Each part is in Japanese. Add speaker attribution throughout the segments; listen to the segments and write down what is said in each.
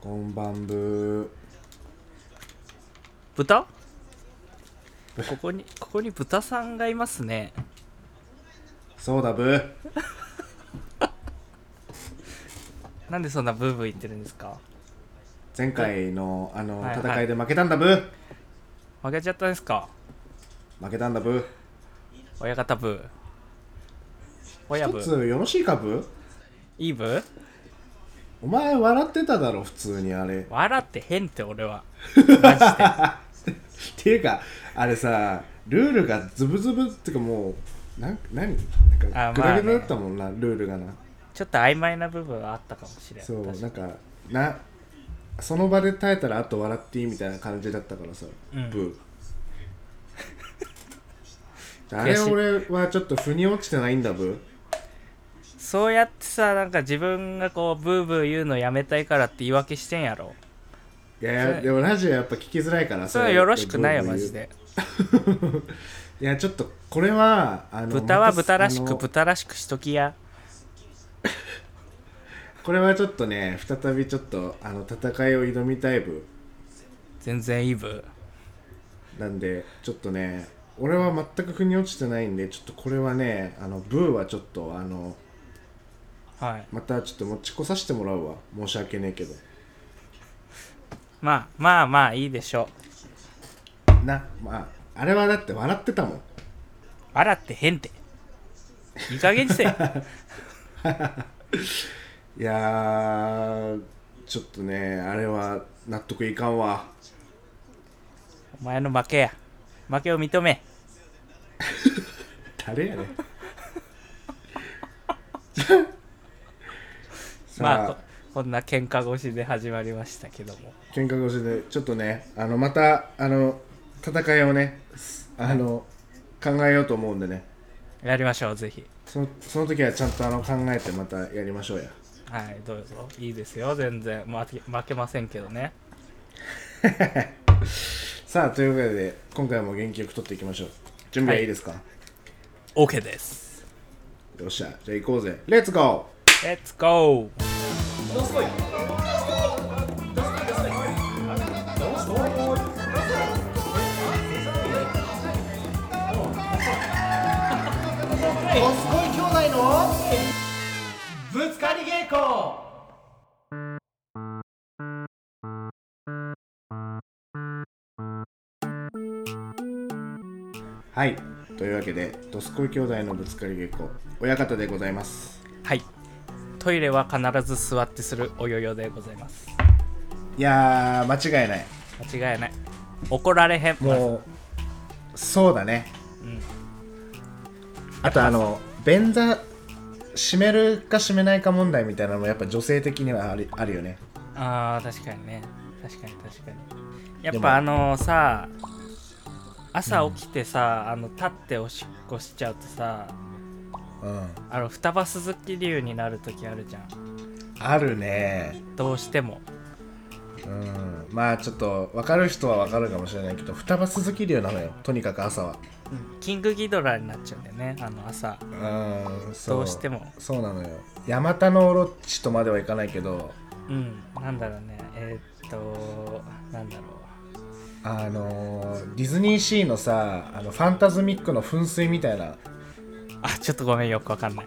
Speaker 1: こんばんぶ
Speaker 2: 豚ここにここに豚さんがいますね
Speaker 1: そうだぶ
Speaker 2: なんでそんなブーブー言ってるんですか
Speaker 1: 前回のあの、
Speaker 2: はいはい
Speaker 1: 戦いで負けたんだぶ
Speaker 2: 負けちゃったんですか
Speaker 1: 負けたんだぶ
Speaker 2: 親方ブー親ブ
Speaker 1: 一
Speaker 2: ー
Speaker 1: つよろしいかぶ
Speaker 2: いいブー
Speaker 1: お前笑ってただろ普通にあれっ
Speaker 2: 笑ってへんって俺はマジで
Speaker 1: ていうかあれさルールがズブズブっていうかもうなん何なん
Speaker 2: あま
Speaker 1: か
Speaker 2: あ
Speaker 1: グダグダだったもんな、ルールがな
Speaker 2: ちょっと曖昧な部分はあったかもしれん
Speaker 1: そう
Speaker 2: 確か
Speaker 1: なんかなその場で耐えたらあと笑っていいみたいな感じだったからさ、
Speaker 2: うん
Speaker 1: ブーあれ俺はちょっと腑に落ちてないんだブー
Speaker 2: そうやってさなんか自分がこうブーブー言うのやめたいからって言い訳してんやろ
Speaker 1: いやい
Speaker 2: そ
Speaker 1: や
Speaker 2: れ
Speaker 1: でもラジオやっぱ聞きづらいから
Speaker 2: それはよろしくないよ
Speaker 1: ブー
Speaker 2: マ
Speaker 1: ブー言
Speaker 2: ジ
Speaker 1: う
Speaker 2: で
Speaker 1: いやちょっとこれはあの
Speaker 2: 豚は
Speaker 1: また
Speaker 2: 豚らし
Speaker 1: あ
Speaker 2: く
Speaker 1: の
Speaker 2: 豚らしくしときや
Speaker 1: これはちょっとね再びちょっとあの戦いを挑みたい部
Speaker 2: 全然いいブー
Speaker 1: なんでちょっとね俺は全く腑に落ちてないんでちょっとこれはねあのブーはちょっとあの
Speaker 2: はい
Speaker 1: またちょっと持ちこさせてもらうわ申し訳ねえけど
Speaker 2: まあまあまあいいでしょう
Speaker 1: なまああれはだって笑ってたもん
Speaker 2: 笑ってへんっていい加減にせえ
Speaker 1: いやーちょっとねあれは納得いかんわ
Speaker 2: お前の負けや負けを認め
Speaker 1: 誰 やねんさ
Speaker 2: まあここんな喧嘩腰で始まりましたけども
Speaker 1: 喧嘩腰でちょっとねあのまたあの戦いをねすあの考えようと思うんでね
Speaker 2: やりましょうぜひ
Speaker 1: そのその時はちゃんとあの考えてまたやりましょうや
Speaker 2: はいどうぞいいですよ全然負け負けませんけどね
Speaker 1: さあということで今回も元気よく取っていきましょう準備はいいですか、
Speaker 2: OK です
Speaker 1: よっしゃじゃあ行こうぜレッツゴー
Speaker 2: Let's go!
Speaker 1: はいというわけで「ドスコイ兄弟のぶつかり稽古」親方でございます
Speaker 2: はいトイレは必ず座ってするおよよでございます
Speaker 1: いやー間違いない
Speaker 2: 間違いない怒られへん
Speaker 1: もうそうだね
Speaker 2: うん
Speaker 1: あとあの便座閉めるか閉めないか問題みたいなのもやっぱ女性的にはありあるよね
Speaker 2: あー確かにね確かに確かにやっ
Speaker 1: でも
Speaker 2: ぱあのさ朝起きてさ、あの立っておしっこしちゃうとさ
Speaker 1: うん
Speaker 2: あの双葉鈴木流になる時あるじゃん
Speaker 1: あるね
Speaker 2: どうしても
Speaker 1: うんまあちょっと分かる人は分かるかもしれないけど双葉鈴木流なのよとにかく朝は
Speaker 2: キングギドラになっちゃうんだよねあの朝
Speaker 1: うんそ
Speaker 2: どうしても
Speaker 1: そうなのよヤマタノオロチとまではいかないけど
Speaker 2: うんなんだろうねえーっとなんだろう
Speaker 1: あのーディズニーシーのさあのファンタズミックの噴水みたいな
Speaker 2: あちょっとごめんよくわかんない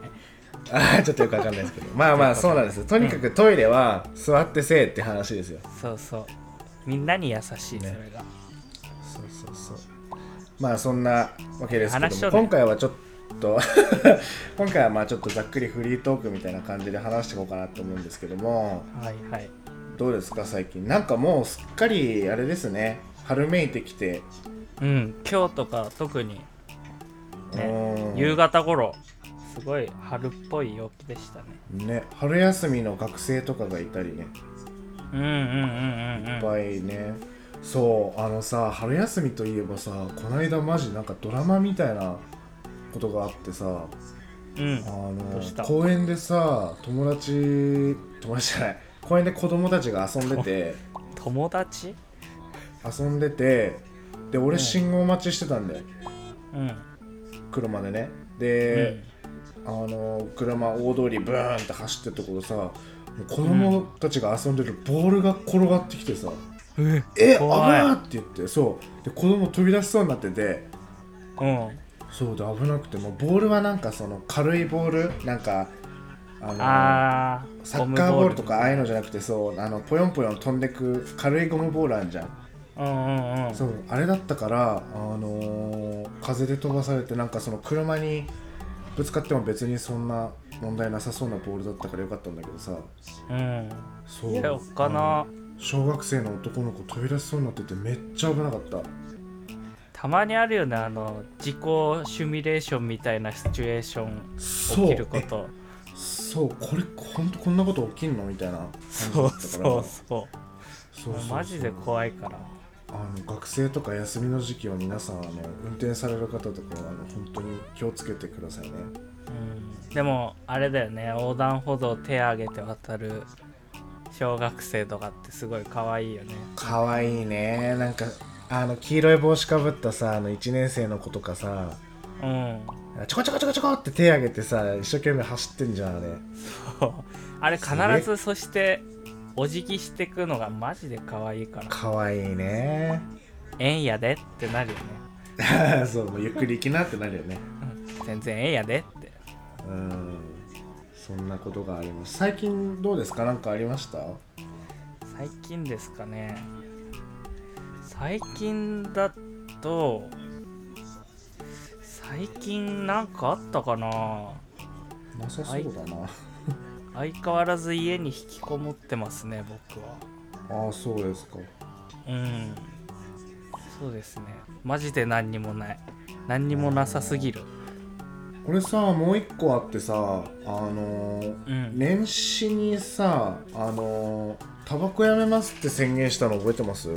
Speaker 1: あ ーちょっとよく分かんないですけどまあまあそうなんですよとにかくトイレは座ってせえって話ですよ
Speaker 2: そうそうみんなに優しい、
Speaker 1: ね
Speaker 2: それが
Speaker 1: そうそうそうまあそんなわけですけ
Speaker 2: 話し
Speaker 1: ど
Speaker 2: と
Speaker 1: も
Speaker 2: るね
Speaker 1: 今回はちょっと 今回はまあちょっとざっくりフリートークみたいな感じで話していこうかなと思うんですけども
Speaker 2: はいはい
Speaker 1: どうですか最近なんかもうすっかりあれですね春めいてきて、
Speaker 2: うん今日とか特に
Speaker 1: うん
Speaker 2: 夕方頃すごい春っぽい陽気でしたね
Speaker 1: ね春休みの学生とかがいたりね
Speaker 2: うんうんうん
Speaker 1: いっ
Speaker 2: うんうん
Speaker 1: ぱいね、そうあのさ春休みといえばさこの間マジなんかドラマみたいなことがあってさ
Speaker 2: うん
Speaker 1: あ
Speaker 2: ど
Speaker 1: の
Speaker 2: うした
Speaker 1: 公園でさ友達友達じゃない公園で子供たちが遊んで て
Speaker 2: 友達
Speaker 1: 遊んでてで
Speaker 2: う
Speaker 1: 俺
Speaker 2: ん
Speaker 1: 信号待ちしてたんだよ
Speaker 2: うん
Speaker 1: 車でねで、あの車大通りブーンって走ってるところさもう子供たちが遊んでるボールが転がってきてさ、
Speaker 2: え
Speaker 1: え危
Speaker 2: 怖い
Speaker 1: なーって言ってそうで子供飛び出しそうになってて
Speaker 2: うん
Speaker 1: そうで危なくてもうボールはなんかその軽いボールなんかあの
Speaker 2: あー
Speaker 1: サッカーボールとかああいう
Speaker 2: の
Speaker 1: のじゃなくてそうあのぽよんぽよん飛んでく軽いゴムボールあんじゃん
Speaker 2: うんうんうん
Speaker 1: そうあれだったから、あのー風で飛ばされてなんかその車にぶつかっても別にそんな問題なさそうなボールだったからよかったんだけどさ
Speaker 2: うん
Speaker 1: そ
Speaker 2: いやお
Speaker 1: う
Speaker 2: っかな
Speaker 1: あの小学生の男の子飛び出しそうになっててめっちゃ危なかった
Speaker 2: たまにあるよねあの自己シミュレーションみたいなシチュエーション
Speaker 1: そ
Speaker 2: 起
Speaker 1: う
Speaker 2: きること
Speaker 1: えそうこれほんとこんなこと起きんのみたいな感じだ
Speaker 2: そう
Speaker 1: ったから
Speaker 2: そうそう
Speaker 1: そうそうそう
Speaker 2: マジで怖いから
Speaker 1: あの学生とか休みの時期は皆さんあの運転される方とかはあの本当に気をつけてくださいね
Speaker 2: うんでもあれだよね横断歩道手挙げて渡る小学生とかってすごい可愛いよね
Speaker 1: かわいいねなんかあの黄色い帽子かぶったさあの1年生の子とかさ
Speaker 2: うん
Speaker 1: ちょこちょこちょこちょこって手挙げてさ一生懸命走ってんじゃんあれ
Speaker 2: そう あれ必ずそしてお辞儀してくのがマジで可愛いから
Speaker 1: かわいいね
Speaker 2: 縁やでってなるよね
Speaker 1: そうもうゆっくり行きなってなるよね
Speaker 2: うん全然縁やでって
Speaker 1: うんそんなことがあります最近どうですか何かありました
Speaker 2: 最近ですかね最近だと最近なんかあったかな
Speaker 1: なさそうだな、
Speaker 2: 相変わらず家に引きこもってますね僕は
Speaker 1: ああそうですか
Speaker 2: うんそうですねマジで何にもない何にもなさすぎる
Speaker 1: これさもう一個あってさあのー
Speaker 2: うん
Speaker 1: 年始にさあのータバコやめますって宣言したの覚えてます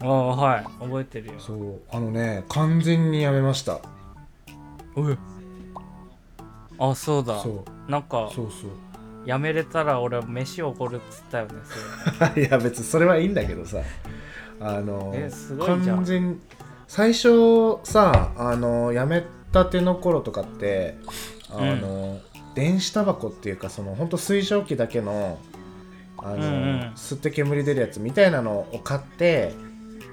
Speaker 2: ああはい覚えてるよ
Speaker 1: そうあのね完全にやめました
Speaker 2: おいあそうだ
Speaker 1: そ
Speaker 2: なんか
Speaker 1: そうそ
Speaker 2: やめれたら俺飯おごるっつったよねそれ
Speaker 1: う いや別にそれはいいんだけどさあの
Speaker 2: えすごいじゃん
Speaker 1: 完全最初さあのやめたての頃とかってあの、電子タバコっていうかそのほんと水蒸気だけのあの、
Speaker 2: うんうん
Speaker 1: 吸って煙出るやつみたいなのを買って、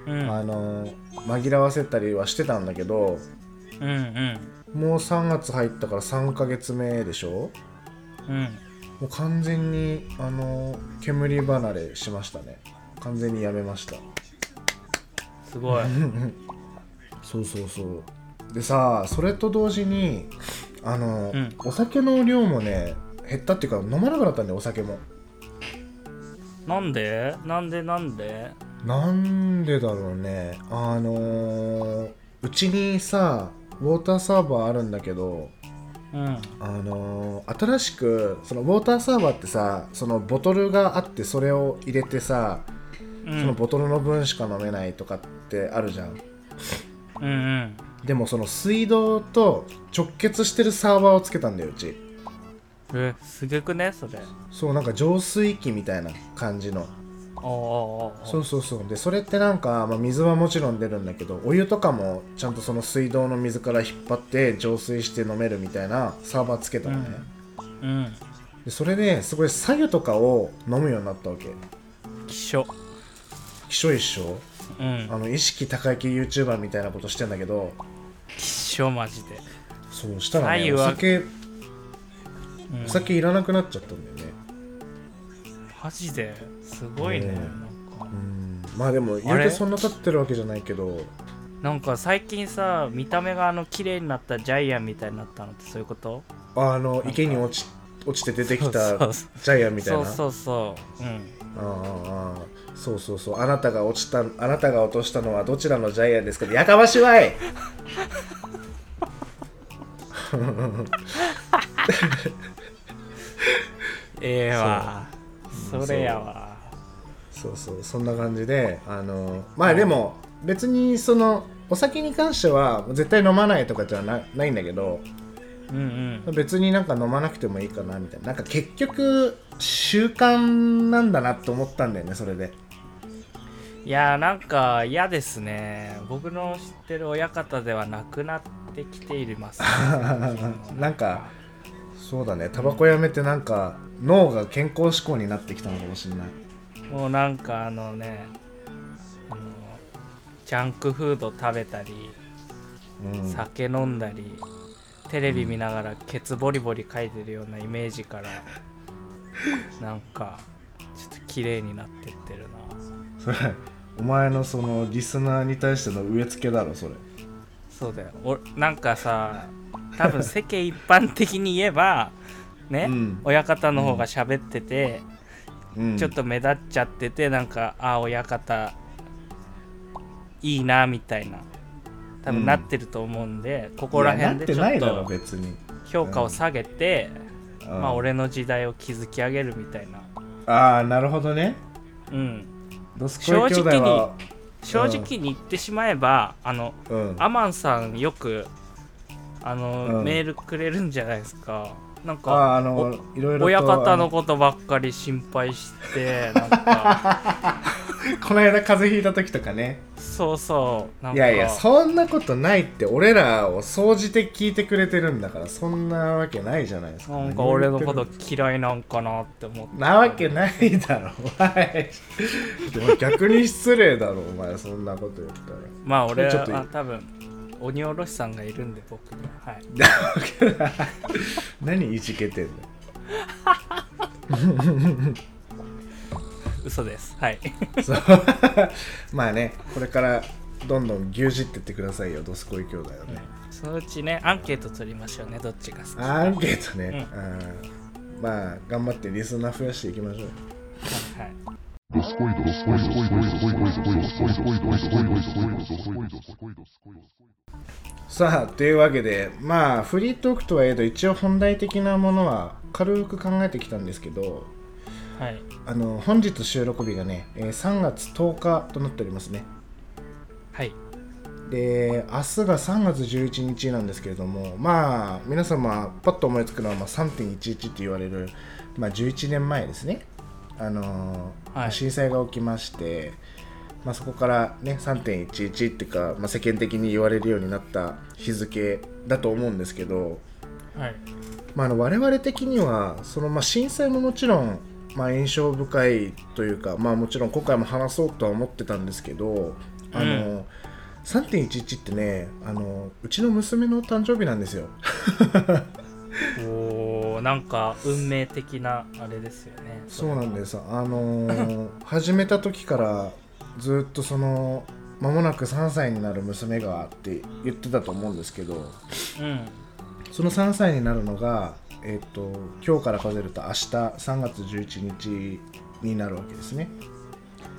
Speaker 2: うん
Speaker 1: あの紛らわせたりはしてたんだけど
Speaker 2: うん
Speaker 1: もう3月入ったから3ヶ月目でしょ
Speaker 2: うんうん
Speaker 1: もう完全にあの煙離れしましたね完全にやめました
Speaker 2: すごい
Speaker 1: そうそうそうでさそれと同時にあの、
Speaker 2: うん
Speaker 1: お酒の量もね減ったっていうか飲まなくなったんでお酒も
Speaker 2: なんでなんでなんで
Speaker 1: なんでだろうねあのーうちにさウォーターサーバーあるんだけど
Speaker 2: うん
Speaker 1: あのー新しくそのウォーターサーバーってさそのボトルがあってそれを入れてさ
Speaker 2: う
Speaker 1: その
Speaker 2: ん
Speaker 1: ボトルの分しか飲めないとかってあるじゃん
Speaker 2: うんうん
Speaker 1: でもその水道と直結してるサーバーをつけたんだようち
Speaker 2: えすげくねそれ
Speaker 1: そうなんか浄水器みたいな感じの
Speaker 2: ああああ
Speaker 1: そうそうそうでそれってなんか、まあ、水はもちろん出るんだけどお湯とかもちゃんとその水道の水から引っ張って浄水して飲めるみたいなサーバーつけたのね、
Speaker 2: うん
Speaker 1: でそれですごい白湯とかを飲むようになったわけ
Speaker 2: きしょ
Speaker 1: 気象一緒
Speaker 2: うん
Speaker 1: あの意識高い系 YouTuber みたいなことしてんだけど
Speaker 2: きしょマジで
Speaker 1: そうしたら
Speaker 2: 白
Speaker 1: ね
Speaker 2: 湯
Speaker 1: お
Speaker 2: は
Speaker 1: 酒
Speaker 2: うん
Speaker 1: お酒いらなくなっちゃったんだよね
Speaker 2: マジですごいね
Speaker 1: ねえ
Speaker 2: なんか
Speaker 1: うんまあでも
Speaker 2: あ
Speaker 1: 言う
Speaker 2: れ
Speaker 1: てそんな経ってるわけじゃないけど
Speaker 2: なんか最近さ見た目があの綺麗になったジャイアンみたいになったのってそういうこと
Speaker 1: あの池に落ち落ちて出てきた
Speaker 2: そうそう
Speaker 1: ジャイアンみたい
Speaker 2: そ
Speaker 1: な
Speaker 2: うそうそううん
Speaker 1: ああああそうそうそうあなたが落ちたあなたが落としたのはどちらのジャイアンですかやかましいわい
Speaker 2: ええわそれやわ
Speaker 1: そうそうそんな感じであのまあでも別にそのお酒に関しては絶対飲まないとかじゃなないんだけど
Speaker 2: うんうん
Speaker 1: 別になんか飲まなくてもいいかなみたいななんか結局習慣なんだなと思ったんだよねそれで
Speaker 2: いやーなんか嫌ですね僕の知 ってる親方ではなくなってきています、ね
Speaker 1: なんかそうだねタバコやめてなんか脳が健康志向になってきたのかもしれない
Speaker 2: もうなんかあのねあのジャンクフード食べたり
Speaker 1: うん
Speaker 2: 酒飲んだりテレビ見ながらケツボリボリ書いてるようなイメージからなんかちょっと綺麗になってってるな
Speaker 1: それお前のそのリスナーに対しての植え付けだろそれ
Speaker 2: そうだよおなんかさ多分世間一般的に言え ばね
Speaker 1: うん
Speaker 2: 親方、の方が喋ってて、
Speaker 1: うん
Speaker 2: ちょっと目立っちゃっててなんかあ親方いいなみたいな多分なってると思うんで、ここら辺で
Speaker 1: いや
Speaker 2: ちょ
Speaker 1: なっ
Speaker 2: って
Speaker 1: ないだろ
Speaker 2: と
Speaker 1: 別に
Speaker 2: 評価を下げて、
Speaker 1: うん
Speaker 2: まあ俺の時代を築き上げるみたいな、
Speaker 1: ああなるほどね
Speaker 2: うん、
Speaker 1: ドスコイ兄弟は
Speaker 2: 正直に言ってしまえばあの
Speaker 1: うん
Speaker 2: アマンさんよくあの、
Speaker 1: うん
Speaker 2: メールくれるんじゃないですかなん
Speaker 1: ああ
Speaker 2: か
Speaker 1: あのいろいろと
Speaker 2: 親
Speaker 1: あ
Speaker 2: 方のことばっかり心配 してなんか
Speaker 1: この間風邪ひいた時とかね
Speaker 2: そうそうなん
Speaker 1: い
Speaker 2: か
Speaker 1: やいやそんなことないって俺らを総じて聞いてくれてるんだからそんなわけないじゃないですか
Speaker 2: なんか俺のこ
Speaker 1: 何を言
Speaker 2: と
Speaker 1: って
Speaker 2: 嫌いなんかなって思って
Speaker 1: るなわけないだろお前 でも逆に失礼だろお前そんなこと言ったら
Speaker 2: まあ俺
Speaker 1: ちょっといい
Speaker 2: は多分鬼おろしさんがいるんで僕にははい
Speaker 1: 何いじけてんの
Speaker 2: 嘘ですはい
Speaker 1: そう まあねこれからどんどん牛耳ってってくださいよドスコイ兄弟はね
Speaker 2: そのうちねアンケート取りましょうねどっちが好きか
Speaker 1: アンケートね、
Speaker 2: う
Speaker 1: うんまあ頑張ってリスナー増やしていきましょう
Speaker 2: はいはい
Speaker 1: さあというわけでまあフリートークとはいえど一応本題的なものは軽く考えてきたんですけど
Speaker 2: はい、
Speaker 1: あの本日収録日がね、えー3月10日となっておりますね
Speaker 2: はい、
Speaker 1: で明日が3月11日なんですけれどもまあ皆様パッと思いつくのはまあ3.11って言われる、まあ、11年前ですね、あのー
Speaker 2: はい
Speaker 1: 震災が起きまして、まあ、そこからね3.11っていうか、まあ、世間的に言われるようになった日付だと思うんですけど、
Speaker 2: はい、
Speaker 1: まあ、あの我々的にはその、まあ、震災ももちろん、まあ、印象深いというか、まあ、もちろん今回も話そうとは思ってたんですけどあの、3.11ってねあのうちの娘の誕生日なんですよ。
Speaker 2: おーなんか運命的なあれですよね
Speaker 1: そうなんですあのー始めた時からずっとその間もなく3歳になる娘がって言ってたと思うんですけど
Speaker 2: うん
Speaker 1: その3歳になるのが、えっと今日から数えると明日3月11日になるわけですね。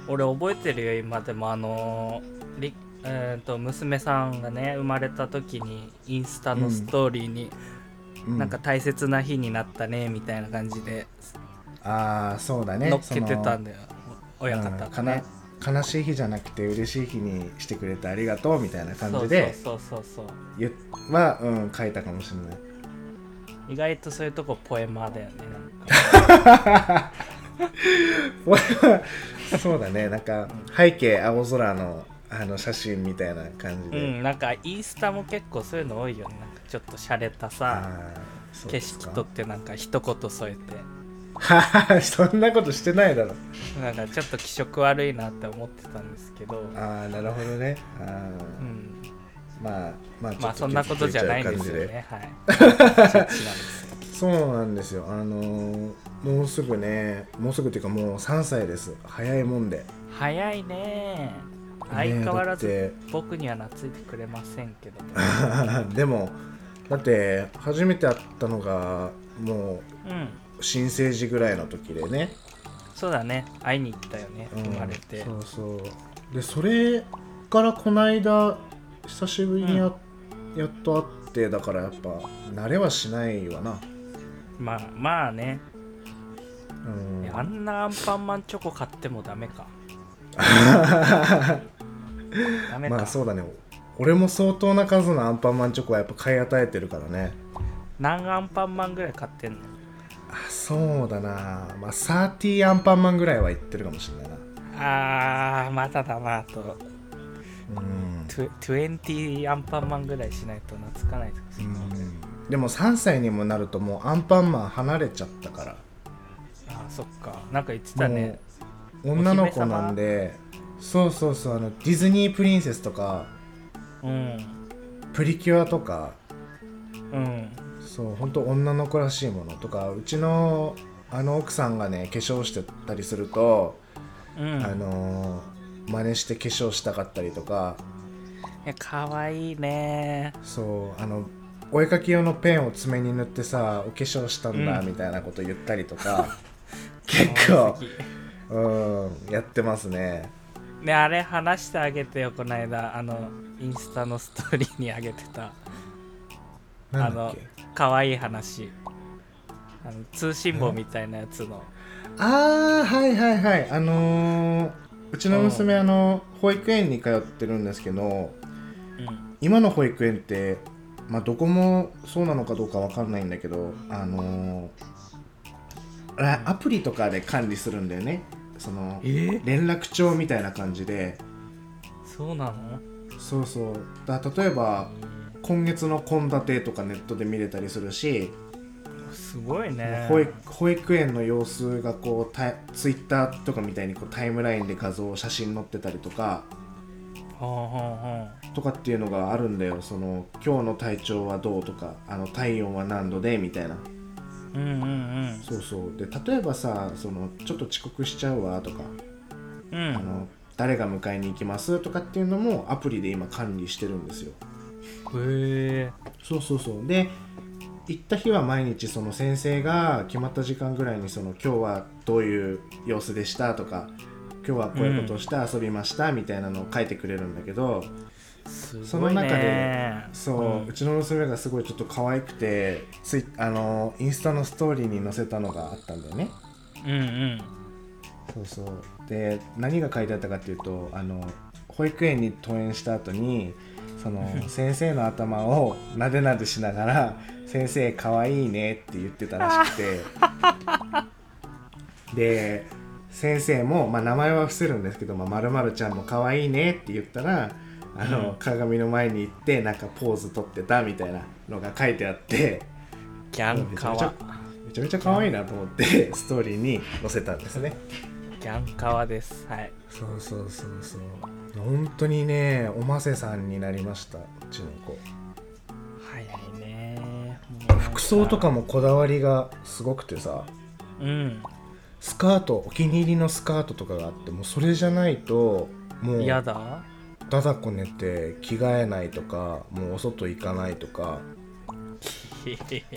Speaker 2: 俺覚えてるよ今でもあのりえー、と娘さんがね生まれた時にインスタのストーリーに、
Speaker 1: う
Speaker 2: なんか大切な日になったねみたいな感じで
Speaker 1: ああそうだね
Speaker 2: 乗っけてたん
Speaker 1: だ
Speaker 2: だよ、親方がね、
Speaker 1: 悲しい日じゃなくて嬉しい日にしてくれてありがとうみたいな感じで
Speaker 2: そうそうそうそう
Speaker 1: 言っは、うん、書いたかもしれない
Speaker 2: 意外とそういうとこポエマーだよねなんか
Speaker 1: 俺はそうだ ねなんか背景青空のあの写真みたいな感じ
Speaker 2: う
Speaker 1: で、
Speaker 2: んなんかインスタも結構そういうの多いよねなんかちょっと洒落たさ
Speaker 1: あーそう
Speaker 2: 景
Speaker 1: です
Speaker 2: 色
Speaker 1: か
Speaker 2: 撮ってなんか一言添えて
Speaker 1: はは そんなことしてないだろ
Speaker 2: なんかちょっと気色悪いなって思ってたんですけど
Speaker 1: ああなるほどねあ
Speaker 2: う
Speaker 1: ー、
Speaker 2: ん
Speaker 1: まあまあちょ
Speaker 2: まあ
Speaker 1: っ
Speaker 2: そんなことじゃないんですよ
Speaker 1: 気づちゃう感じ
Speaker 2: ねはいそっちなんですよ
Speaker 1: そうなんですよあのーもうすぐねもうすぐっていうかもう3歳です早いもんで
Speaker 2: 早いね相変わら
Speaker 1: ねえ
Speaker 2: ず僕には懐いてくれませんけ ど、
Speaker 1: だって でもだって初めて会ったのがも
Speaker 2: うん
Speaker 1: う新生児ぐらいの時でね、
Speaker 2: そうだね会いに行ったよね
Speaker 1: うん
Speaker 2: 生まれて、
Speaker 1: そうそうでそれからこの間久しぶりにや,、やっと会ってだからやっぱ慣れはしないわな
Speaker 2: まあまあね、
Speaker 1: うん
Speaker 2: あんなアンパンマンチョコ買ってもダメ かダメか、
Speaker 1: まあそうだね俺も相当な数のアンパンマンチョコはやっぱ買い与えてるからね
Speaker 2: 何アンパンマンぐらい買ってんの
Speaker 1: あそうだなまあ30アンパンマンぐらいは言ってるかもしれないな
Speaker 2: あーまただなあと
Speaker 1: うん
Speaker 2: トゥ20アンパンマンぐらいしないと懐かないとか
Speaker 1: うんでも3歳にもなるともうアンパンマン離れちゃったから
Speaker 2: あそっかなんか言ってたね
Speaker 1: 女の子なんでそうそうそうあのディズニープリンセスとか
Speaker 2: うん
Speaker 1: プリキュアとか
Speaker 2: うん
Speaker 1: そう本当女の子らしいものとかうちのあの奥さんがね化粧してたりすると、
Speaker 2: うん
Speaker 1: あのー真似して化粧したかったりとか
Speaker 2: いやかわいいね
Speaker 1: そうあのお絵かき用のペンを爪に塗ってさお化粧したんだ
Speaker 2: うん
Speaker 1: みたいなこと言ったりとか、結構
Speaker 2: 可愛すぎ
Speaker 1: うんやってますね
Speaker 2: ねあれ話してあげてよこの間あのインスタのストーリーにあげてた
Speaker 1: なんだっけ
Speaker 2: 可愛い話あの通信簿みたいなやつの
Speaker 1: ああはいはいはいあのーうちの娘、
Speaker 2: うん
Speaker 1: あの保育園に通ってるんですけど
Speaker 2: うん
Speaker 1: 今の保育園って、まあ、どこもそうなのかどうかわかんないんだけどあのーあアプリとかで管理するんだよねその
Speaker 2: え
Speaker 1: 連絡帳みたいな感じで
Speaker 2: そうなの
Speaker 1: そうそうだ例えば今月の献立とかネットで見れたりするし、
Speaker 2: すごいね
Speaker 1: 保育保育園の様子がこうタイツイッターとかみたいにこうタイムラインで画像写真載ってたりとか
Speaker 2: ほうほうほう
Speaker 1: とかっていうのがあるんだよその今日の体調はどうとかあの体温は何度でみたいな
Speaker 2: うんうん
Speaker 1: そうそうで例えばさそのちょっと遅刻しちゃうわとか、
Speaker 2: うんう
Speaker 1: あ
Speaker 2: ん
Speaker 1: の誰が迎えに行きますとかっていうのもアプリで今管理してるんですよ
Speaker 2: へえ
Speaker 1: そうそうそうで行った日は毎日その先生が決まった時間ぐらいにその今日はどういう様子でしたとか今日はこういうことをして遊びましたみたいなのを書いてくれるんだけど、
Speaker 2: す
Speaker 1: そ
Speaker 2: ご
Speaker 1: の
Speaker 2: い
Speaker 1: 中
Speaker 2: ね
Speaker 1: そう、う
Speaker 2: うん
Speaker 1: ちの娘がすごいちょっと可愛くてツイあのインスタのストーリーに載せたのがあったんだよね
Speaker 2: うんうん
Speaker 1: そうそうで何が書いてあったかっていうとあの保育園に登園した後にそ の先生の頭をなでなでしながら「先生かわいいね」って言ってたら しくてで先生も、まあ、名前は伏せるんですけど「まあ、まるまるちゃんもかわいいね」って言ったらあの、
Speaker 2: うん
Speaker 1: 鏡の前に行ってなんかポーズ取ってたみたいなのが書いてあって
Speaker 2: ギャンカワ
Speaker 1: めちゃめちゃかわいいなと思ってストーリーに載せたんですね。
Speaker 2: ギャンカワですはい
Speaker 1: そうそうそうそう本当にねおませさんになりましたうちの子
Speaker 2: 早いねもう
Speaker 1: 服装とかもこだわりがすごくてさ
Speaker 2: うん
Speaker 1: スカートお気に入りのスカートとかがあってもうそれじゃないともう
Speaker 2: 嫌だ
Speaker 1: だだこ寝て着替えないとかもうお外行かないとか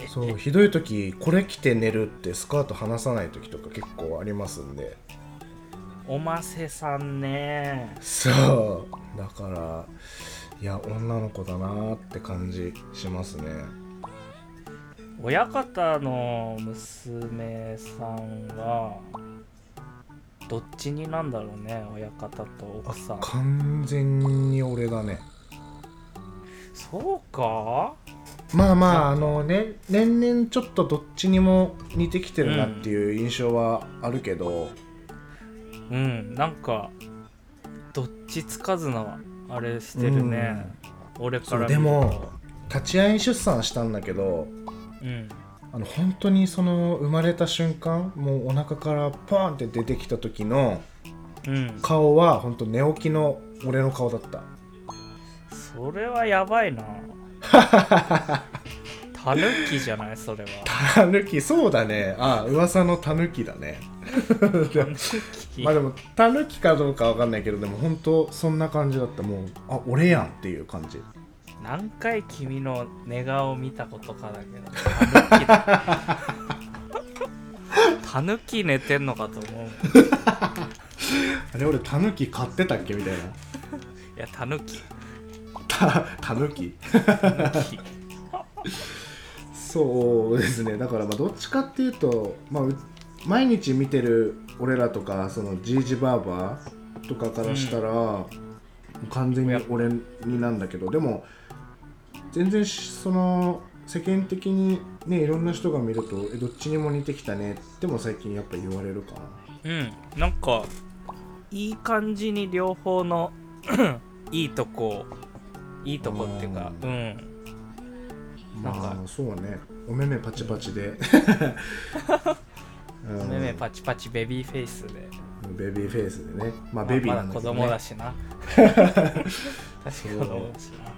Speaker 1: そうひどい時これ着て寝るってスカート離さない時とか結構ありますんで
Speaker 2: おませさんね
Speaker 1: そうだからいや女の子だなーって感じしますね
Speaker 2: 親方の娘さんはどっちになんだろうね親方と奥さん
Speaker 1: 完全に俺だね
Speaker 2: そうか
Speaker 1: まあまああのね年々ちょっとどっちにも似てきてるなっていう印象はあるけど、
Speaker 2: うんなんかどっちつかずのあれしてるね、俺か
Speaker 1: そう
Speaker 2: ら見
Speaker 1: で
Speaker 2: ると
Speaker 1: も立ち会い出産したんだけど
Speaker 2: うん
Speaker 1: あの本当にその生まれた瞬間もうお腹からポーンって出てきた時の
Speaker 2: うん
Speaker 1: 顔は本当寝起きの俺の顔だった
Speaker 2: それはやばい なタヌキじゃないそれは
Speaker 1: タヌキそうだねあ噂のタヌキだね
Speaker 2: タヌキ
Speaker 1: まあでもタヌキかどうかわかんないけどでも本当そんな感じだったもうあ俺やんっていう感じ
Speaker 2: 何回君の寝顔を見たことかだけ どタヌキだタヌキ寝てんのかと思うい
Speaker 1: あれ俺タヌキ買ってたっけみたいな
Speaker 2: やタヌキ
Speaker 1: たタヌキ
Speaker 2: タヌキ
Speaker 1: そうですねだからまあどっちかっていうと、まあ、う毎日見てる俺らとかそのジージバーバーとかからしたら、もう完全に俺になんだけどでも全然しその世間的にねいろんな人が見るとえどっちにも似てきたねっても最近やっぱ言われるかな
Speaker 2: うんなんかいい感じに両方の いいとこいいとこっていうか
Speaker 1: う
Speaker 2: うんなん
Speaker 1: ま
Speaker 2: か
Speaker 1: あそうねお目目パチパチ でうん
Speaker 2: めめパチパチベビーフェイスで、
Speaker 1: ベビーフェイスでねま
Speaker 2: ま
Speaker 1: あ
Speaker 2: あ
Speaker 1: ベビー
Speaker 2: ま
Speaker 1: なん
Speaker 2: だ
Speaker 1: だ
Speaker 2: 子
Speaker 1: けど、ね
Speaker 2: 供だし な確かに子供だしな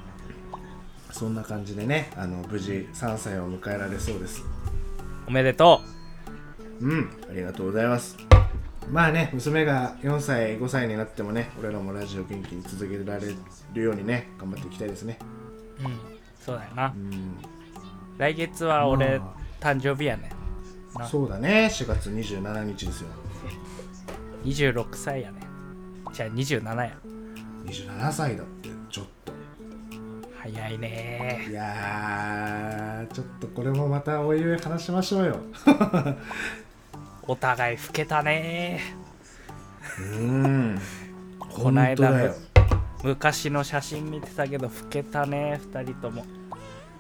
Speaker 1: そんな感じでねあの無事3歳を迎えられそうです
Speaker 2: おめでと
Speaker 1: うんありがとうございますまあね娘が4歳5歳になってもね俺らもラジオ元気に続けられるようにね頑張っていきたいですね
Speaker 2: ううんそうだよな
Speaker 1: うん
Speaker 2: 来月は俺
Speaker 1: ま
Speaker 2: 誕生日やねな
Speaker 1: そうだね4月27日ですよ
Speaker 2: 26歳やねじゃあ27や
Speaker 1: 27歳だってちょっと
Speaker 2: 早いね
Speaker 1: いやーちょっとこれもまたおいおい話しましょうよ
Speaker 2: お互い老けたね
Speaker 1: うん
Speaker 2: こないだ
Speaker 1: 本当
Speaker 2: の昔の写真見てたけど老けたね2人とも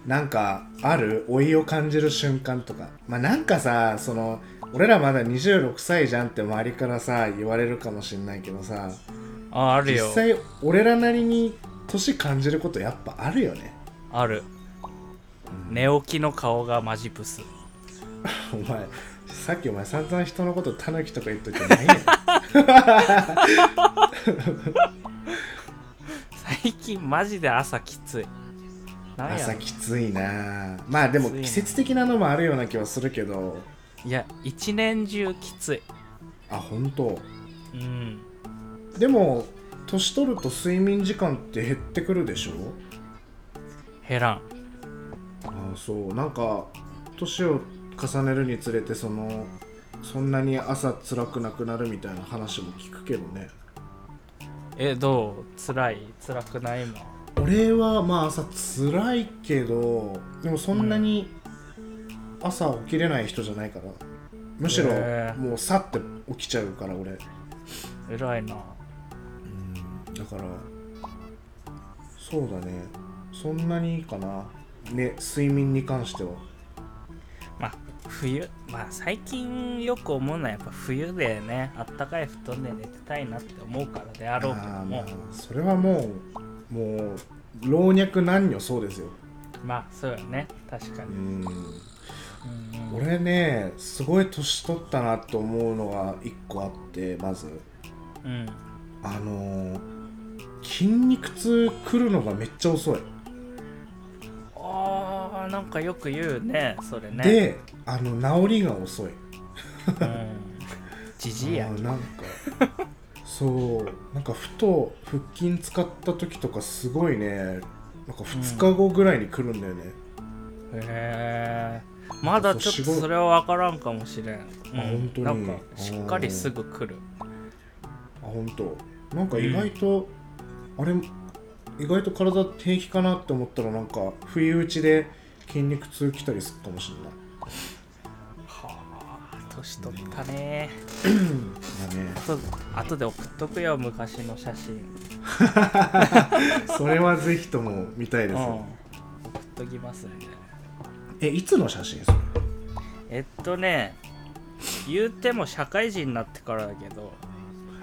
Speaker 1: なんかある老いを感じる瞬間とかまあなんかさその俺らまだ26歳じゃんって周りからさ言われるかもしんないけどさ
Speaker 2: あある
Speaker 1: 実
Speaker 2: よ
Speaker 1: 際俺らなりに年感じることやっぱあるよね
Speaker 2: ある寝起きの顔がマジブス
Speaker 1: お前さっきお前散々人のことタヌキとか言っといて ないよ
Speaker 2: 最近マジで朝きついなんや
Speaker 1: 朝
Speaker 2: ろ
Speaker 1: きついなあまあでも
Speaker 2: きついな
Speaker 1: 季節的なのもあるような気はするけど
Speaker 2: いや一年中きつい
Speaker 1: あ本当
Speaker 2: うん
Speaker 1: でも年取ると睡眠時間って減ってくるでしょ
Speaker 2: 減らん
Speaker 1: あそうなんか年を重ねるにつれてそのそんなに朝辛くなくなるみたいな話も聞くけどね
Speaker 2: えどう辛い辛くない今
Speaker 1: 俺はまあ朝辛いけどでもそんなに朝起きれない人じゃないからむしろ
Speaker 2: へえ
Speaker 1: もうさって起きちゃうから俺
Speaker 2: 偉いな
Speaker 1: だからそうだねそんなにいいかなね睡眠に関しては
Speaker 2: まあ冬まあ最近よく思うのはやっぱ冬でねあったかい布団で寝てたいなって思うからであろうけど
Speaker 1: あーま
Speaker 2: も
Speaker 1: あそれはもうもう老若男女そうですよ
Speaker 2: まあそうよね確か
Speaker 1: う
Speaker 2: に、
Speaker 1: ん
Speaker 2: うんうん、
Speaker 1: 俺ねすごい年取ったなと思うのが一個あってまず
Speaker 2: うん
Speaker 1: あのー筋肉痛来るのがめっちゃ遅い、
Speaker 2: あーなんかよく言うねそれね
Speaker 1: であの治りが遅い
Speaker 2: うんじじいや
Speaker 1: あーなんか そうなんかふと腹筋使った時とかすごいねなんか2日後ぐらいに来るんだよね、
Speaker 2: へえまだちょっとそれは分からんかもしれん、うん
Speaker 1: 本、当に
Speaker 2: なんかしっかりすぐ来る
Speaker 1: あ本当なんか意外と、あれ意外と体平気かなって思ったらなんか不意打ちで筋肉痛来たりするかもしれない
Speaker 2: はあ年取ったね
Speaker 1: だね
Speaker 2: あと後で送っとくよ昔の写真
Speaker 1: それはぜひとも見たいで
Speaker 2: うん
Speaker 1: す、
Speaker 2: 送っときますんで
Speaker 1: えいつの写真それ
Speaker 2: えっとね言うても社会人になってからだけど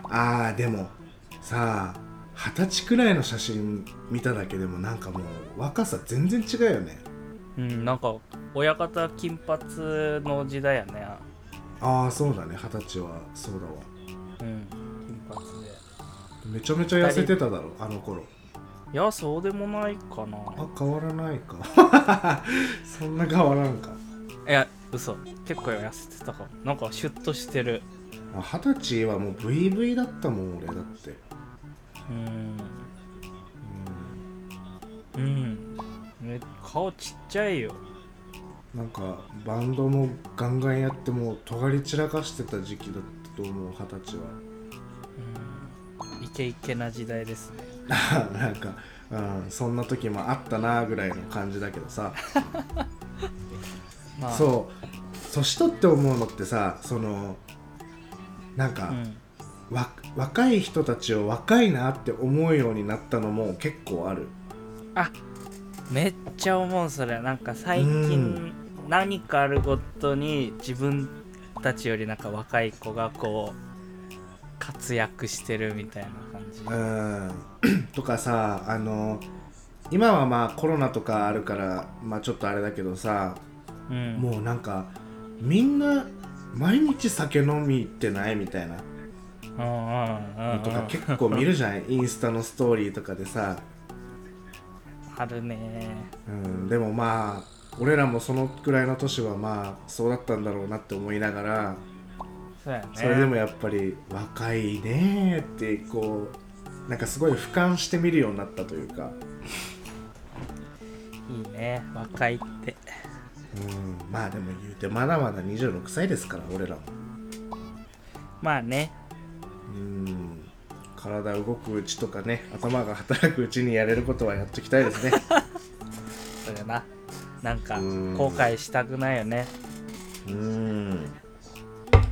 Speaker 1: あーでもさあ二十歳くらいの写真見ただけでもなんかもう若さ全然違うよね
Speaker 2: うんなんか親方金髪の時代やね
Speaker 1: ああそうだね二十歳はそうだわ
Speaker 2: うん金髪で
Speaker 1: めちゃめちゃ痩せてただろあの頃
Speaker 2: いやそうでもないかな
Speaker 1: あ変わらないか そんな変わらんか
Speaker 2: いや嘘結構痩せてたかもなんかシュッとしてる
Speaker 1: あ二十歳はもう VV だったもん俺だって
Speaker 2: うんうんめ顔ちっちゃいよ
Speaker 1: なんかバンドもガンガンやってもう尖り散らかしてた時期だったと思う二十歳は
Speaker 2: うんイケイケな時代ですね
Speaker 1: なんか、うん、そんな時もあったなぐらいの感じだけどさ
Speaker 2: まあ
Speaker 1: そう年取って思うのってさそのなんか、
Speaker 2: うん
Speaker 1: わ若い人たちを若いなって思うようになったのも結構ある
Speaker 2: あめっちゃ思うそれなんか最近何かあるごとに自分たちよりなんか若い子がこう活躍してるみたいな感じ
Speaker 1: うんとかさあの今はまあコロナとかあるから、まあ、ちょっとあれだけどさ
Speaker 2: うん
Speaker 1: もうなんかみんな毎日酒飲み行ってないみたいな
Speaker 2: うんうんうんうん
Speaker 1: のとか結構見るじゃん インスタのストーリーとかでさ、
Speaker 2: あるね
Speaker 1: うん、でもまあ俺らもそのくらいの年はまあそうだったんだろうなって思いながら
Speaker 2: そうやね
Speaker 1: それでもやっぱり若いねーってこうなんかすごい俯瞰して見るようになったというか、
Speaker 2: いいね若いって
Speaker 1: うん、まあでも言うてまだまだ26歳ですから俺らも。
Speaker 2: まあね
Speaker 1: うん体動くうちとかね頭が働くうちにやれることはやっときたいですね
Speaker 2: それななんか
Speaker 1: うん
Speaker 2: 後悔したくないよね
Speaker 1: うん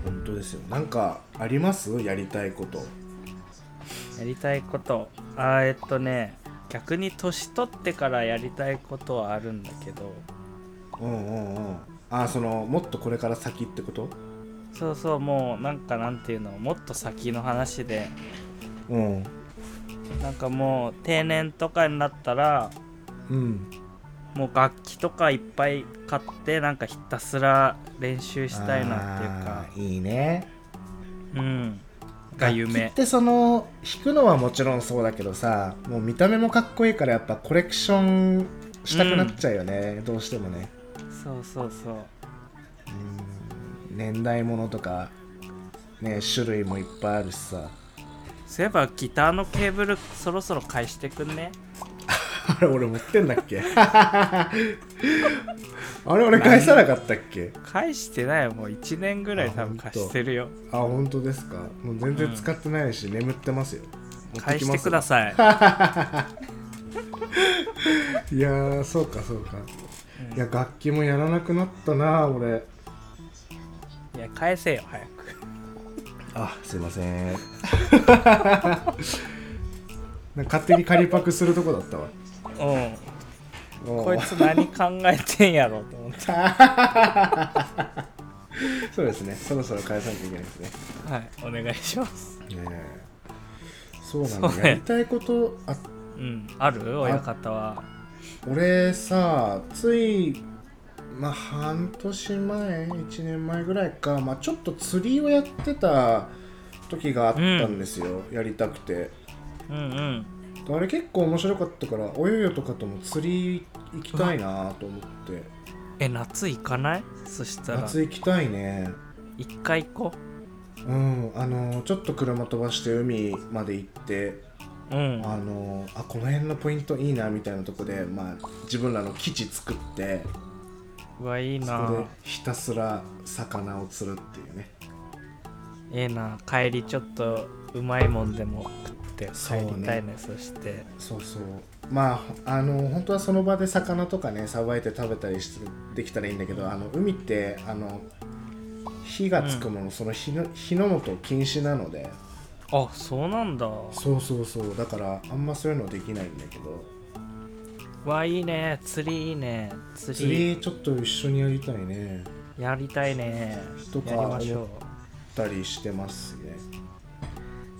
Speaker 1: 本当ですよなんかありますやりたいこと
Speaker 2: やりたいことあーえっとね逆に年取ってからやりたいことはあるんだけど
Speaker 1: うんうんうんあそのもっとこれから先ってこと
Speaker 2: そうそうもうなんかなんていうのもっと先の話で
Speaker 1: うん
Speaker 2: なんかもう定年とかになったら
Speaker 1: うん
Speaker 2: もう楽器とかいっぱい買ってなんかひたすら練習したいなっていうか
Speaker 1: あーいいね
Speaker 2: うんが夢
Speaker 1: 楽器ってその弾くのはもちろんそうだけどさもう見た目もかっこいいからやっぱコレクションしたくなっちゃうよね、どうしてもね
Speaker 2: そうそうそう
Speaker 1: うん年代物とかね種類もいっぱいあるしさ
Speaker 2: そういえばギターのケーブルそろそろ返してくんね
Speaker 1: あれ俺持ってんだっけ あれ俺返さなかったっけ
Speaker 2: 返してないよもう1年ぐらい多分
Speaker 1: あほんと
Speaker 2: 貸してるよ
Speaker 1: あ本当ですかもう全然使ってないし、眠ってますよ持って
Speaker 2: 返
Speaker 1: き
Speaker 2: し
Speaker 1: ま
Speaker 2: て
Speaker 1: す
Speaker 2: ください、
Speaker 1: いやーそうかそうか
Speaker 2: うん
Speaker 1: いや楽器もやらなくなったな俺
Speaker 2: いや返せよ早く
Speaker 1: あすいませ んなんか勝手に仮パクするとこだったわ
Speaker 2: うん
Speaker 1: おう
Speaker 2: こいつ何考えてんやろと思って
Speaker 1: そうですねそろそろ返さなきゃいけないですね
Speaker 2: はいお願いします
Speaker 1: ねえそうなん
Speaker 2: そう
Speaker 1: だ、
Speaker 2: ね
Speaker 1: やりたいことあ
Speaker 2: うんある親方は
Speaker 1: 俺さついまあ半年前1年前ぐらいか、まあ、ちょっと釣りをやってた時があったんですよ、やりたくて
Speaker 2: うんうん
Speaker 1: あれ結構面白かったからおよよとかとも釣り行きたいなと思って
Speaker 2: え夏行かないそしたら
Speaker 1: 夏行きたいね
Speaker 2: 一回行こ
Speaker 1: うんあのちょっと車飛ばして海まで行って
Speaker 2: ううん
Speaker 1: あのあこの辺のポイントいいなみたいなとこで、まあ、自分らの基地作って
Speaker 2: うわい
Speaker 1: そ
Speaker 2: い
Speaker 1: こで
Speaker 2: な
Speaker 1: ひたすら魚を釣るっていうね
Speaker 2: ええな帰りちょっとうまいもんでも食って
Speaker 1: そうね
Speaker 2: 帰りたいねそして
Speaker 1: そうそうまああの本当はその場で魚とかねさばいて食べたりしてできたらいいんだけどあの海ってあの火がつくもの、その火の火の元禁止なので
Speaker 2: あそうなんだ
Speaker 1: そうそうそうだからあんまそういうのできないんだけど
Speaker 2: わいいね釣りいいね釣
Speaker 1: 釣
Speaker 2: り
Speaker 1: りちょっと一緒にやりたいね
Speaker 2: やりたいね
Speaker 1: とか
Speaker 2: やりましょ
Speaker 1: たりしてますね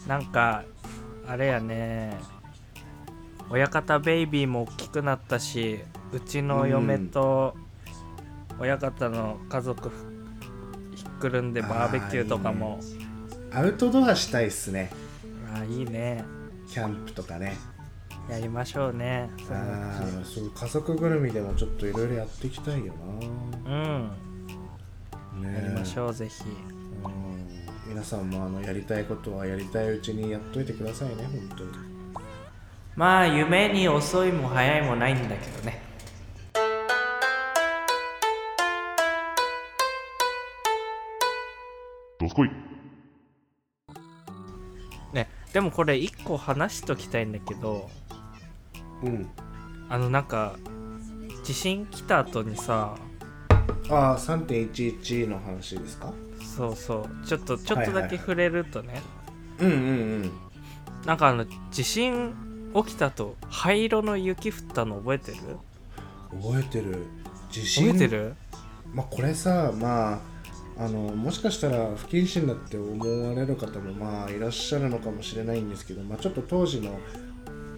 Speaker 2: うなんかあれやね親方ベイビーも大きくなったしうちの嫁と親方の家族ひっくるんでバーベキューとかも
Speaker 1: アウトドアしたいっすね
Speaker 2: あいいね
Speaker 1: キャンプとかね
Speaker 2: やりましょうねそのう
Speaker 1: あ
Speaker 2: ち
Speaker 1: ーそう家族ぐるみでもちょっといろいろやっていきたいよ
Speaker 2: うん
Speaker 1: な、ね
Speaker 2: やりまし
Speaker 1: う
Speaker 2: ょうぜひ
Speaker 1: ん皆さんもあのやりたいことはやりたいうちにやっといてくださいね本当に
Speaker 2: まあ夢に遅いも早いもないんだけどね
Speaker 3: どすこい
Speaker 2: ねでもこれ一個話しときたいんだけど
Speaker 1: うん
Speaker 2: あのなんか地震来た後にさ
Speaker 1: ああ3.11の話ですか
Speaker 2: そうそうちょっとちょっとだけ触れるとね、
Speaker 1: うんうんうん
Speaker 2: なんかあの地震起きたと灰色の雪降ったの覚えてる
Speaker 1: 覚えてる地震
Speaker 2: 覚えてる
Speaker 1: まあ、これさまああのもしかしたら不謹慎だって思われる方もまあいらっしゃるのかもしれないんですけど、まあ、ちょっと当時の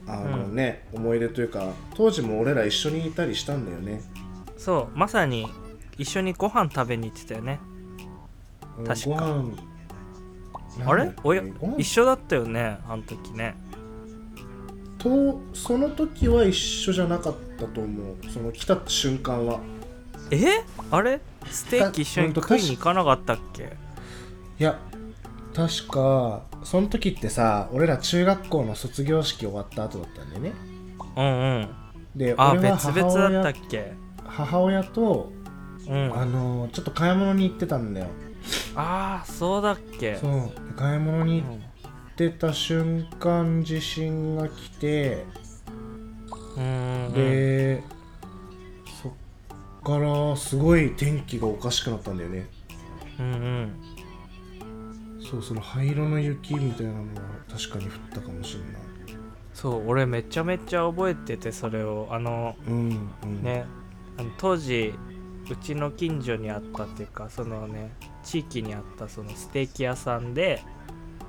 Speaker 1: あのね、思い出というか当時も俺ら一緒にいたりしたんだよね
Speaker 2: そうまさに一緒にご飯食べに行ってたよね
Speaker 1: うん
Speaker 2: 確か
Speaker 1: ご飯
Speaker 2: あれ
Speaker 1: なんだっけ
Speaker 2: おや
Speaker 1: ご飯
Speaker 2: 一緒だったよねあの時ね
Speaker 1: とその時は一緒じゃなかったと思うその来た瞬間は
Speaker 2: えあれステーキ一緒に食いに行かなかったっけ
Speaker 1: いや確かその時ってさ俺ら中学校の卒業式終わった後だったんだよね
Speaker 2: うんうん
Speaker 1: で
Speaker 2: あ
Speaker 1: 俺は
Speaker 2: 別
Speaker 1: 母
Speaker 2: 々だった
Speaker 1: 親
Speaker 2: っけ
Speaker 1: 母親と、
Speaker 2: うん
Speaker 1: あのちょっと買い物に行ってたんだよ
Speaker 2: ああそうだっけ
Speaker 1: そうで買い物に行っ
Speaker 2: ん
Speaker 1: てた瞬間地震が来て
Speaker 2: うんうん
Speaker 1: で、そっからすごい天気がおかしくなったんだよね
Speaker 2: うんうん
Speaker 1: そうその灰色の雪みたいなのは確かに降ったかもしれない
Speaker 2: そう俺めちゃめちゃ覚えててそれをあの
Speaker 1: うんうん
Speaker 2: ねあの当時うちの近所にあったっていうかそのね地域にあったそのステーキ屋さんで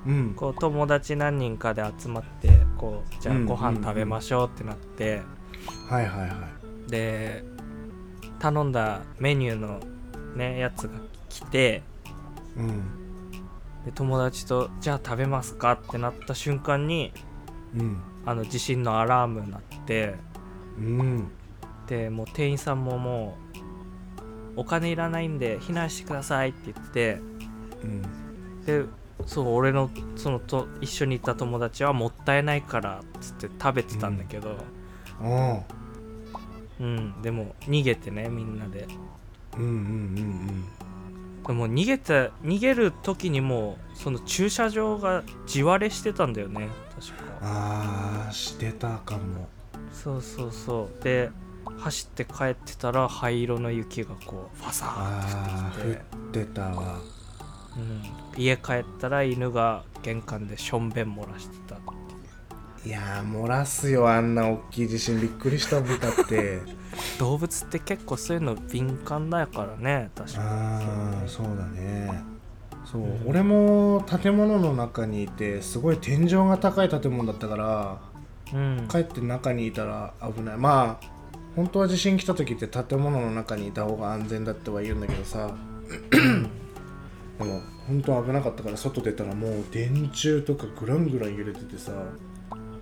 Speaker 1: うん
Speaker 2: こう友達何人かで集まってこうじゃあ
Speaker 1: うん
Speaker 2: ご飯食べましょうってなって、
Speaker 1: はいはいはい
Speaker 2: で頼んだメニューのねやつが来て
Speaker 1: うん
Speaker 2: で友達と「じゃあ食べますか?」ってなった瞬間に
Speaker 1: うん
Speaker 2: あの地震のアラームになって
Speaker 1: うん
Speaker 2: でもう店員さんももう「お金いらないんで避難してください」って言って
Speaker 1: うん
Speaker 2: でそう俺のそのと一緒に行った友達は「もったいないから」っつって食べてたんだけど、
Speaker 1: あ
Speaker 2: うんでも逃げてねみんなで
Speaker 1: あうんうん
Speaker 2: でも逃げた逃げる時にもうその駐車場が地割れしてたんだよね確か
Speaker 1: ああしてたかも
Speaker 2: そうそうそうで走って帰ってたら灰色の雪がこうファサー
Speaker 1: あ
Speaker 2: って
Speaker 1: あ
Speaker 2: 降ってきて
Speaker 1: 降ってたわ
Speaker 2: うん、家帰ったら犬が玄関でしょんべん漏らしてた
Speaker 1: いやー漏らすよあんな大きい地震びっくりしたもんだって
Speaker 2: 動物って結構そういうの敏感だからね確か
Speaker 1: ああそうだねそう、
Speaker 2: うん
Speaker 1: 俺も建物の中にいてすごい天井が高い建物だったから
Speaker 2: に、うん、
Speaker 1: 帰って中にいたら危ないまあ本当は地震来た時って建物の中にいた方が安全だっては言うんだけどさでも本当は危なかったから外出たらもう電柱とかグラングラン揺れててさ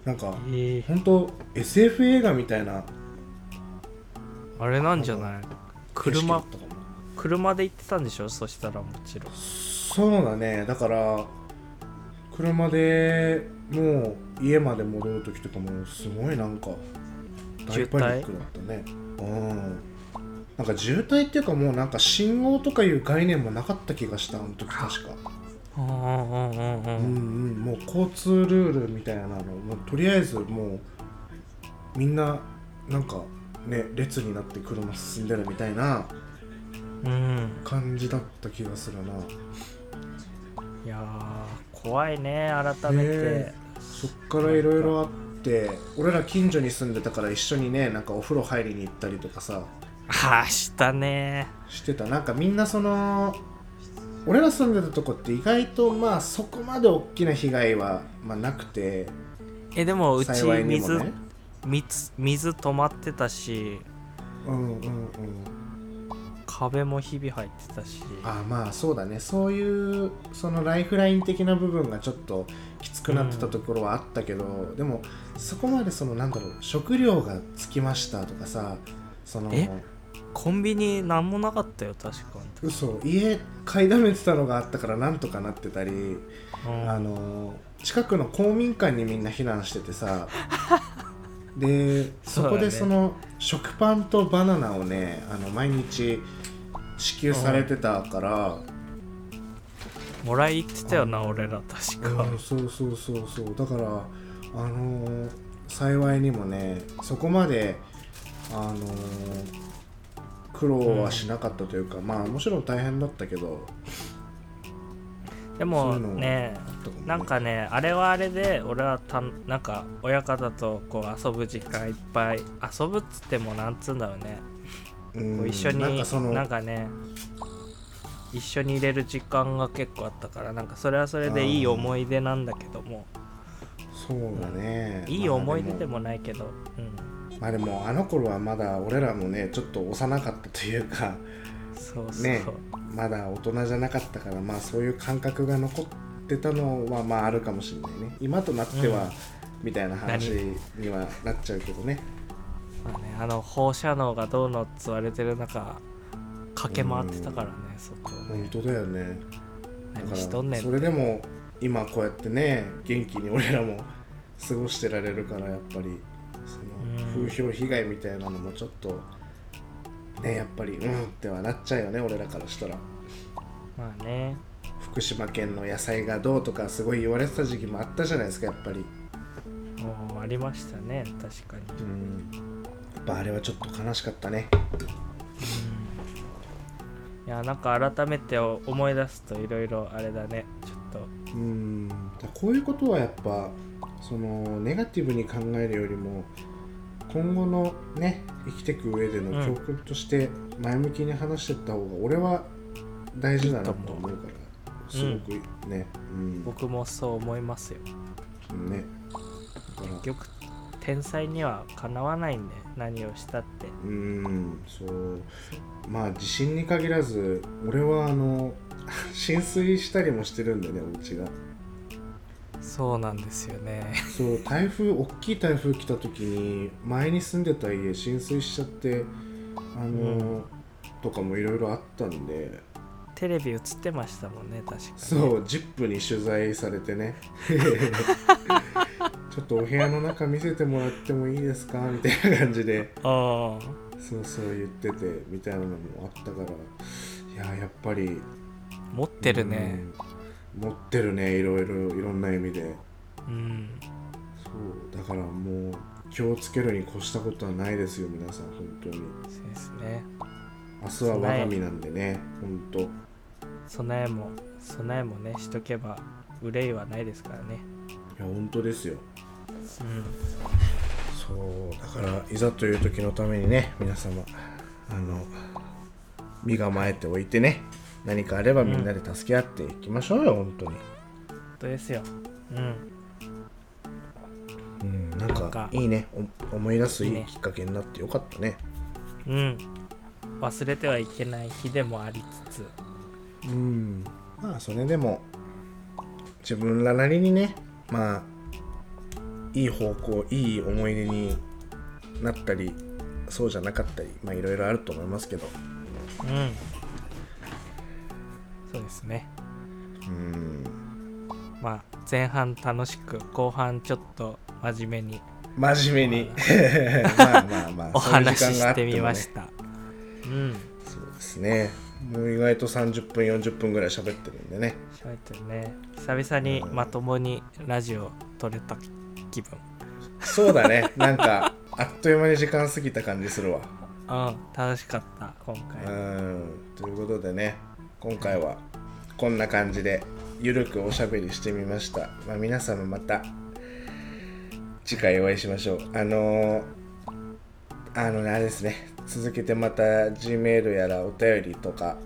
Speaker 1: なんか
Speaker 2: えー
Speaker 1: 本当 SF 映画みたいな
Speaker 2: あれなんじゃない
Speaker 1: 車だ
Speaker 2: 車
Speaker 1: ったかも
Speaker 2: 車で行ってたんでしょそしたらもちろん
Speaker 1: そうだねだから車でもう家まで戻る時とかもすごいなんか大パニックだったねうんなんか渋滞っていうかもうなんか信号とかいう概念もなかった気がしたあの時確か
Speaker 2: うんうんうん
Speaker 1: う
Speaker 2: う
Speaker 1: んうん
Speaker 2: ん
Speaker 1: もう交通ルールみたいなのもうとりあえずもうみんななんかね列になって車進んでるみたいな
Speaker 2: うん
Speaker 1: 感じだった気がするない
Speaker 2: やー怖いね改めて、
Speaker 1: ねそっからいろいろあって俺ら近所に住んでたから一緒にねなんかお風呂入りに行ったりとかさ
Speaker 2: ああしたね
Speaker 1: してたなんかみんなその俺ら住んでたとこって意外とまあそこまで大きな被害は、まあ、なくて
Speaker 2: えでもうち
Speaker 1: 幸いにも
Speaker 2: 水,、
Speaker 1: ね
Speaker 2: 水水止まってたし
Speaker 1: うんうんうん
Speaker 2: 壁もひび入ってたし
Speaker 1: ああまあそうだねそういうそのライフライン的な部分がちょっときつくなってたところはあったけど、でもそこまでそのなんだろう食料がつきましたとかさその
Speaker 2: えコンビニなんもなかったよ確か
Speaker 1: 嘘家買いだめてたのがあったからなんとかなってたり、
Speaker 2: に、うん、
Speaker 1: あの近くの公民館にみんな避難してて さでそこで
Speaker 2: そ
Speaker 1: そう
Speaker 2: だね
Speaker 1: の食パンとバナナをねあの毎日支給されてたから、
Speaker 2: もらい行ってたよな俺ら確か、
Speaker 1: うんそうそうそうそうだからあのー幸いにもねそこまであのー苦労はしなかったというか、まあもちろん大変だったけど
Speaker 2: で
Speaker 1: そ
Speaker 2: も
Speaker 1: ういうの
Speaker 2: ね
Speaker 1: ともね
Speaker 2: なんかねあれはあれで俺はたなんか親方とこう遊ぶ時間いっぱい遊ぶっつってもなんつうんだろうね、
Speaker 1: うん
Speaker 2: こう一緒に
Speaker 1: な
Speaker 2: なん
Speaker 1: かその
Speaker 2: んかね一緒に入れる時間が結構あったからなんかそれはそれでいい思い出なんだけども
Speaker 1: そうだね
Speaker 2: いい思い出で
Speaker 1: まあ
Speaker 2: もないけど、うん、
Speaker 1: まあでもあの頃はまだ俺らもねちょっと幼かったというか
Speaker 2: そうそう、
Speaker 1: ねまだ大人じゃなかったからまあそういう感覚が残ってたのはまああるかもしれないね今となっては、
Speaker 2: うん
Speaker 1: みたいな話にはなっちゃうけどね
Speaker 2: まあねあの放射能がどうのっつわれてる中駆け回ってたからね、そこを
Speaker 1: 本
Speaker 2: ね
Speaker 1: 当だよねだ
Speaker 2: 何
Speaker 1: か
Speaker 2: し
Speaker 1: ら
Speaker 2: とんねん
Speaker 1: それでも今こうやってね元気に俺らも過ごしてられるからやっぱりその
Speaker 2: うん
Speaker 1: 風評被害みたいなのもちょっとねやっぱりうんってはなっちゃうよね俺らからしたら
Speaker 2: まあね
Speaker 1: 福島県の野菜がどうとかすごい言われてた時期もあったじゃないですかやっぱり
Speaker 2: もうありましたね確かに
Speaker 1: うんやっぱあれはちょっと悲しかったね
Speaker 2: いやなんか改めて思い出すといろいろあれだねちょっ
Speaker 1: うんこういうことはやっぱそのネガティブに考えるよりも今後のね生きてく上での教訓として前向きに話してった方が俺は大事だなと思うからすごくね、うん
Speaker 2: と僕もそう思いますよ
Speaker 1: ねだから
Speaker 2: 結局天才にはかなわないんで何をしたって
Speaker 1: うんそうまあ地震に限らず俺はあの 浸水したりもしてるんでねお家が
Speaker 2: そうなんですよね
Speaker 1: そう台風大きい台風来た時に前に住んでた家浸水しちゃってあの、
Speaker 2: うん
Speaker 1: とかもいろいろあったんで
Speaker 2: テレビ映ってましたもんね確かに
Speaker 1: そう「ZIP!」に取材されて ねちょっとお部屋の中見せてもらってもいいですかみたいな感じで
Speaker 2: ああ
Speaker 1: そうそう言っててみたいなのもあったからいややっぱり
Speaker 2: 持ってるね
Speaker 1: うん持ってるねいろいろいろんな意味で
Speaker 2: うん
Speaker 1: そうだからもう気をつけるに越したことはないですよ皆さん本当に
Speaker 2: そうですね
Speaker 1: 明日は我が身なんでね本当
Speaker 2: 備えも備えもねしとけば憂いはないですからね
Speaker 1: いや本当ですよ
Speaker 2: うん
Speaker 1: そうだからいざという時のためにね皆様あの身構えておいてね何かあればみんなで助け合っていきましょうよ、本当に、
Speaker 2: 本当ですようん
Speaker 1: うん、なん
Speaker 2: なん
Speaker 1: か
Speaker 2: か
Speaker 1: いいねお思い出すい
Speaker 2: いい
Speaker 1: い
Speaker 2: ね
Speaker 1: きっかけになってよかったね
Speaker 2: うん忘れてはいけない日でもありつつ
Speaker 1: うんまあそれでも自分らなりにねまあいい方向いい思い出になったりそうじゃなかったりまあいろいろあると思いますけど
Speaker 2: うんそうですね
Speaker 1: うん
Speaker 2: まあ前半楽しく後半ちょっと真面目に
Speaker 1: 真面目 にまあまあまあ
Speaker 2: お話
Speaker 1: そういう時
Speaker 2: し
Speaker 1: 間があ
Speaker 2: してて
Speaker 1: も
Speaker 2: みま
Speaker 1: ね
Speaker 2: したうん
Speaker 1: そうですねもう意外と30分40分ぐらい喋ってるんでね
Speaker 2: 喋ってるね久々にまともにラジオ撮れた気分
Speaker 1: そうだねなんかあっという間に時間過ぎた感じするわ
Speaker 2: うん楽しかった今回
Speaker 1: うんということでね今回はこんな感じでゆるくおしゃべりしてみました、まあ、皆様また次回お会いしましょうあのーあのねあれですね続けてまた G メールやらお便りとか、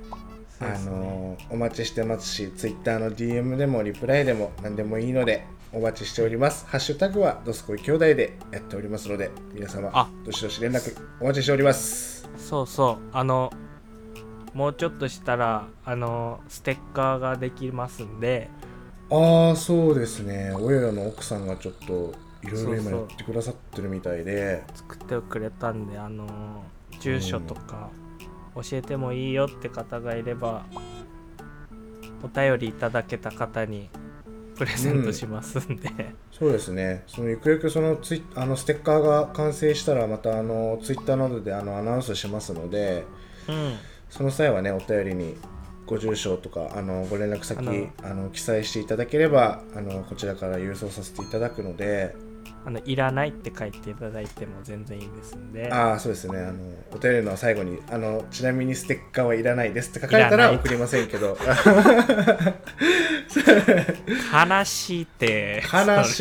Speaker 2: そうで
Speaker 1: あ
Speaker 2: すね
Speaker 1: のーお待ちしてますし Twitter の DM でもリプライでも何でもいいのでお待ちしておりますハッシュタグはドスコイ兄弟でやっておりますので皆様
Speaker 2: あ
Speaker 1: どしどし連絡お待ちしております
Speaker 2: そうそうあのもうちょっとしたらあのステッカーができますんで
Speaker 1: ああそうですね親の奥さんがちょっといろいろ今
Speaker 2: そうそ
Speaker 1: や
Speaker 2: う
Speaker 1: ってくださってるみたいで
Speaker 2: 作ってくれたんであの住所とか教えてもいいよって方がいればお便りいただけた方にプレゼントしますんで、
Speaker 1: そうですねそのゆくゆくそのツイあのステッカーが完成したらまたあのツイッターなどであのアナウンスしますので
Speaker 2: うん
Speaker 1: その際はねお便りにご住所とかあのご連絡先
Speaker 2: あの
Speaker 1: あの記載していただければあのこちらから郵送させていただくので
Speaker 2: あのいらないって書いていただいても全然いいですんで
Speaker 1: ああそうですねあのお便りの最後にあの「ちなみにステッカーはいらないです」って書かれた
Speaker 2: いら
Speaker 1: ら
Speaker 2: ない
Speaker 1: 送りませんけ ど
Speaker 2: 悲しいって
Speaker 1: 悲し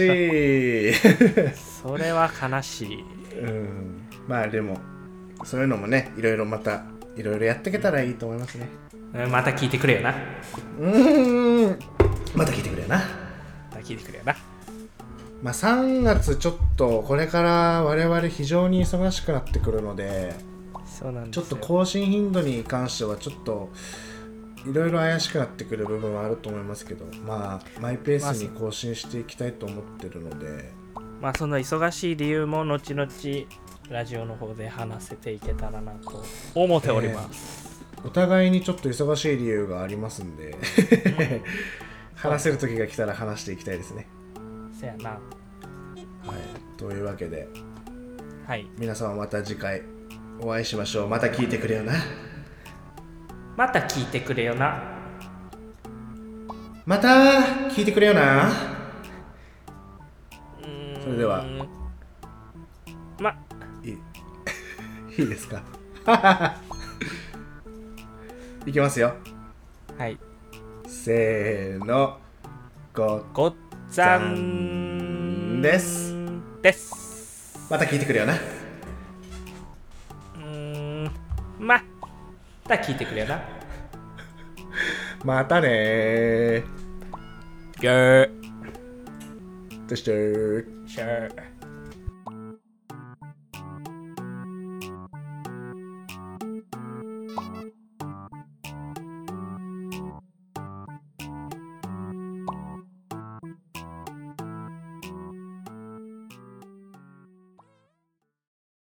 Speaker 1: い
Speaker 2: それは悲しい
Speaker 1: うんまあでもそういうのもねいろいろまたいろいろやっていけたらいいと思いますね
Speaker 2: うんまた聞いてくれよな
Speaker 1: うーんまた聞いてくれよな
Speaker 2: また聞いてくれよな
Speaker 1: まあ、3月ちょっとこれから我々非常に忙しくなってくるので
Speaker 2: そうなんです
Speaker 1: ちょ
Speaker 2: よ
Speaker 1: っと更新頻度に関してはちょっといろいろ怪しくなってくる部分はあると思いますけどまあマイペースに更新していきたいと思ってるので
Speaker 2: まあその忙しい理由も後々ラジオの方で話せていけたらなと思っております、
Speaker 1: お互いにちょっと忙しい理由がありますんで 話せる時が来たら話していきたいですね、
Speaker 2: せやな
Speaker 1: はい、というわけで
Speaker 2: はい
Speaker 1: 皆様また次回お会いしましょうまた聞いてくれよな
Speaker 2: また聞いてくれよな
Speaker 1: また聞いてくれよな
Speaker 2: うーん
Speaker 1: それでは
Speaker 2: ま
Speaker 1: い いいいですか いきますよ
Speaker 2: はい
Speaker 1: せーのご
Speaker 2: ごっつぁん
Speaker 1: です
Speaker 2: です
Speaker 1: また聞いてくれよな
Speaker 2: うーんまた聞いてくれよな
Speaker 1: またねー
Speaker 2: ギャー
Speaker 1: そして
Speaker 2: シャー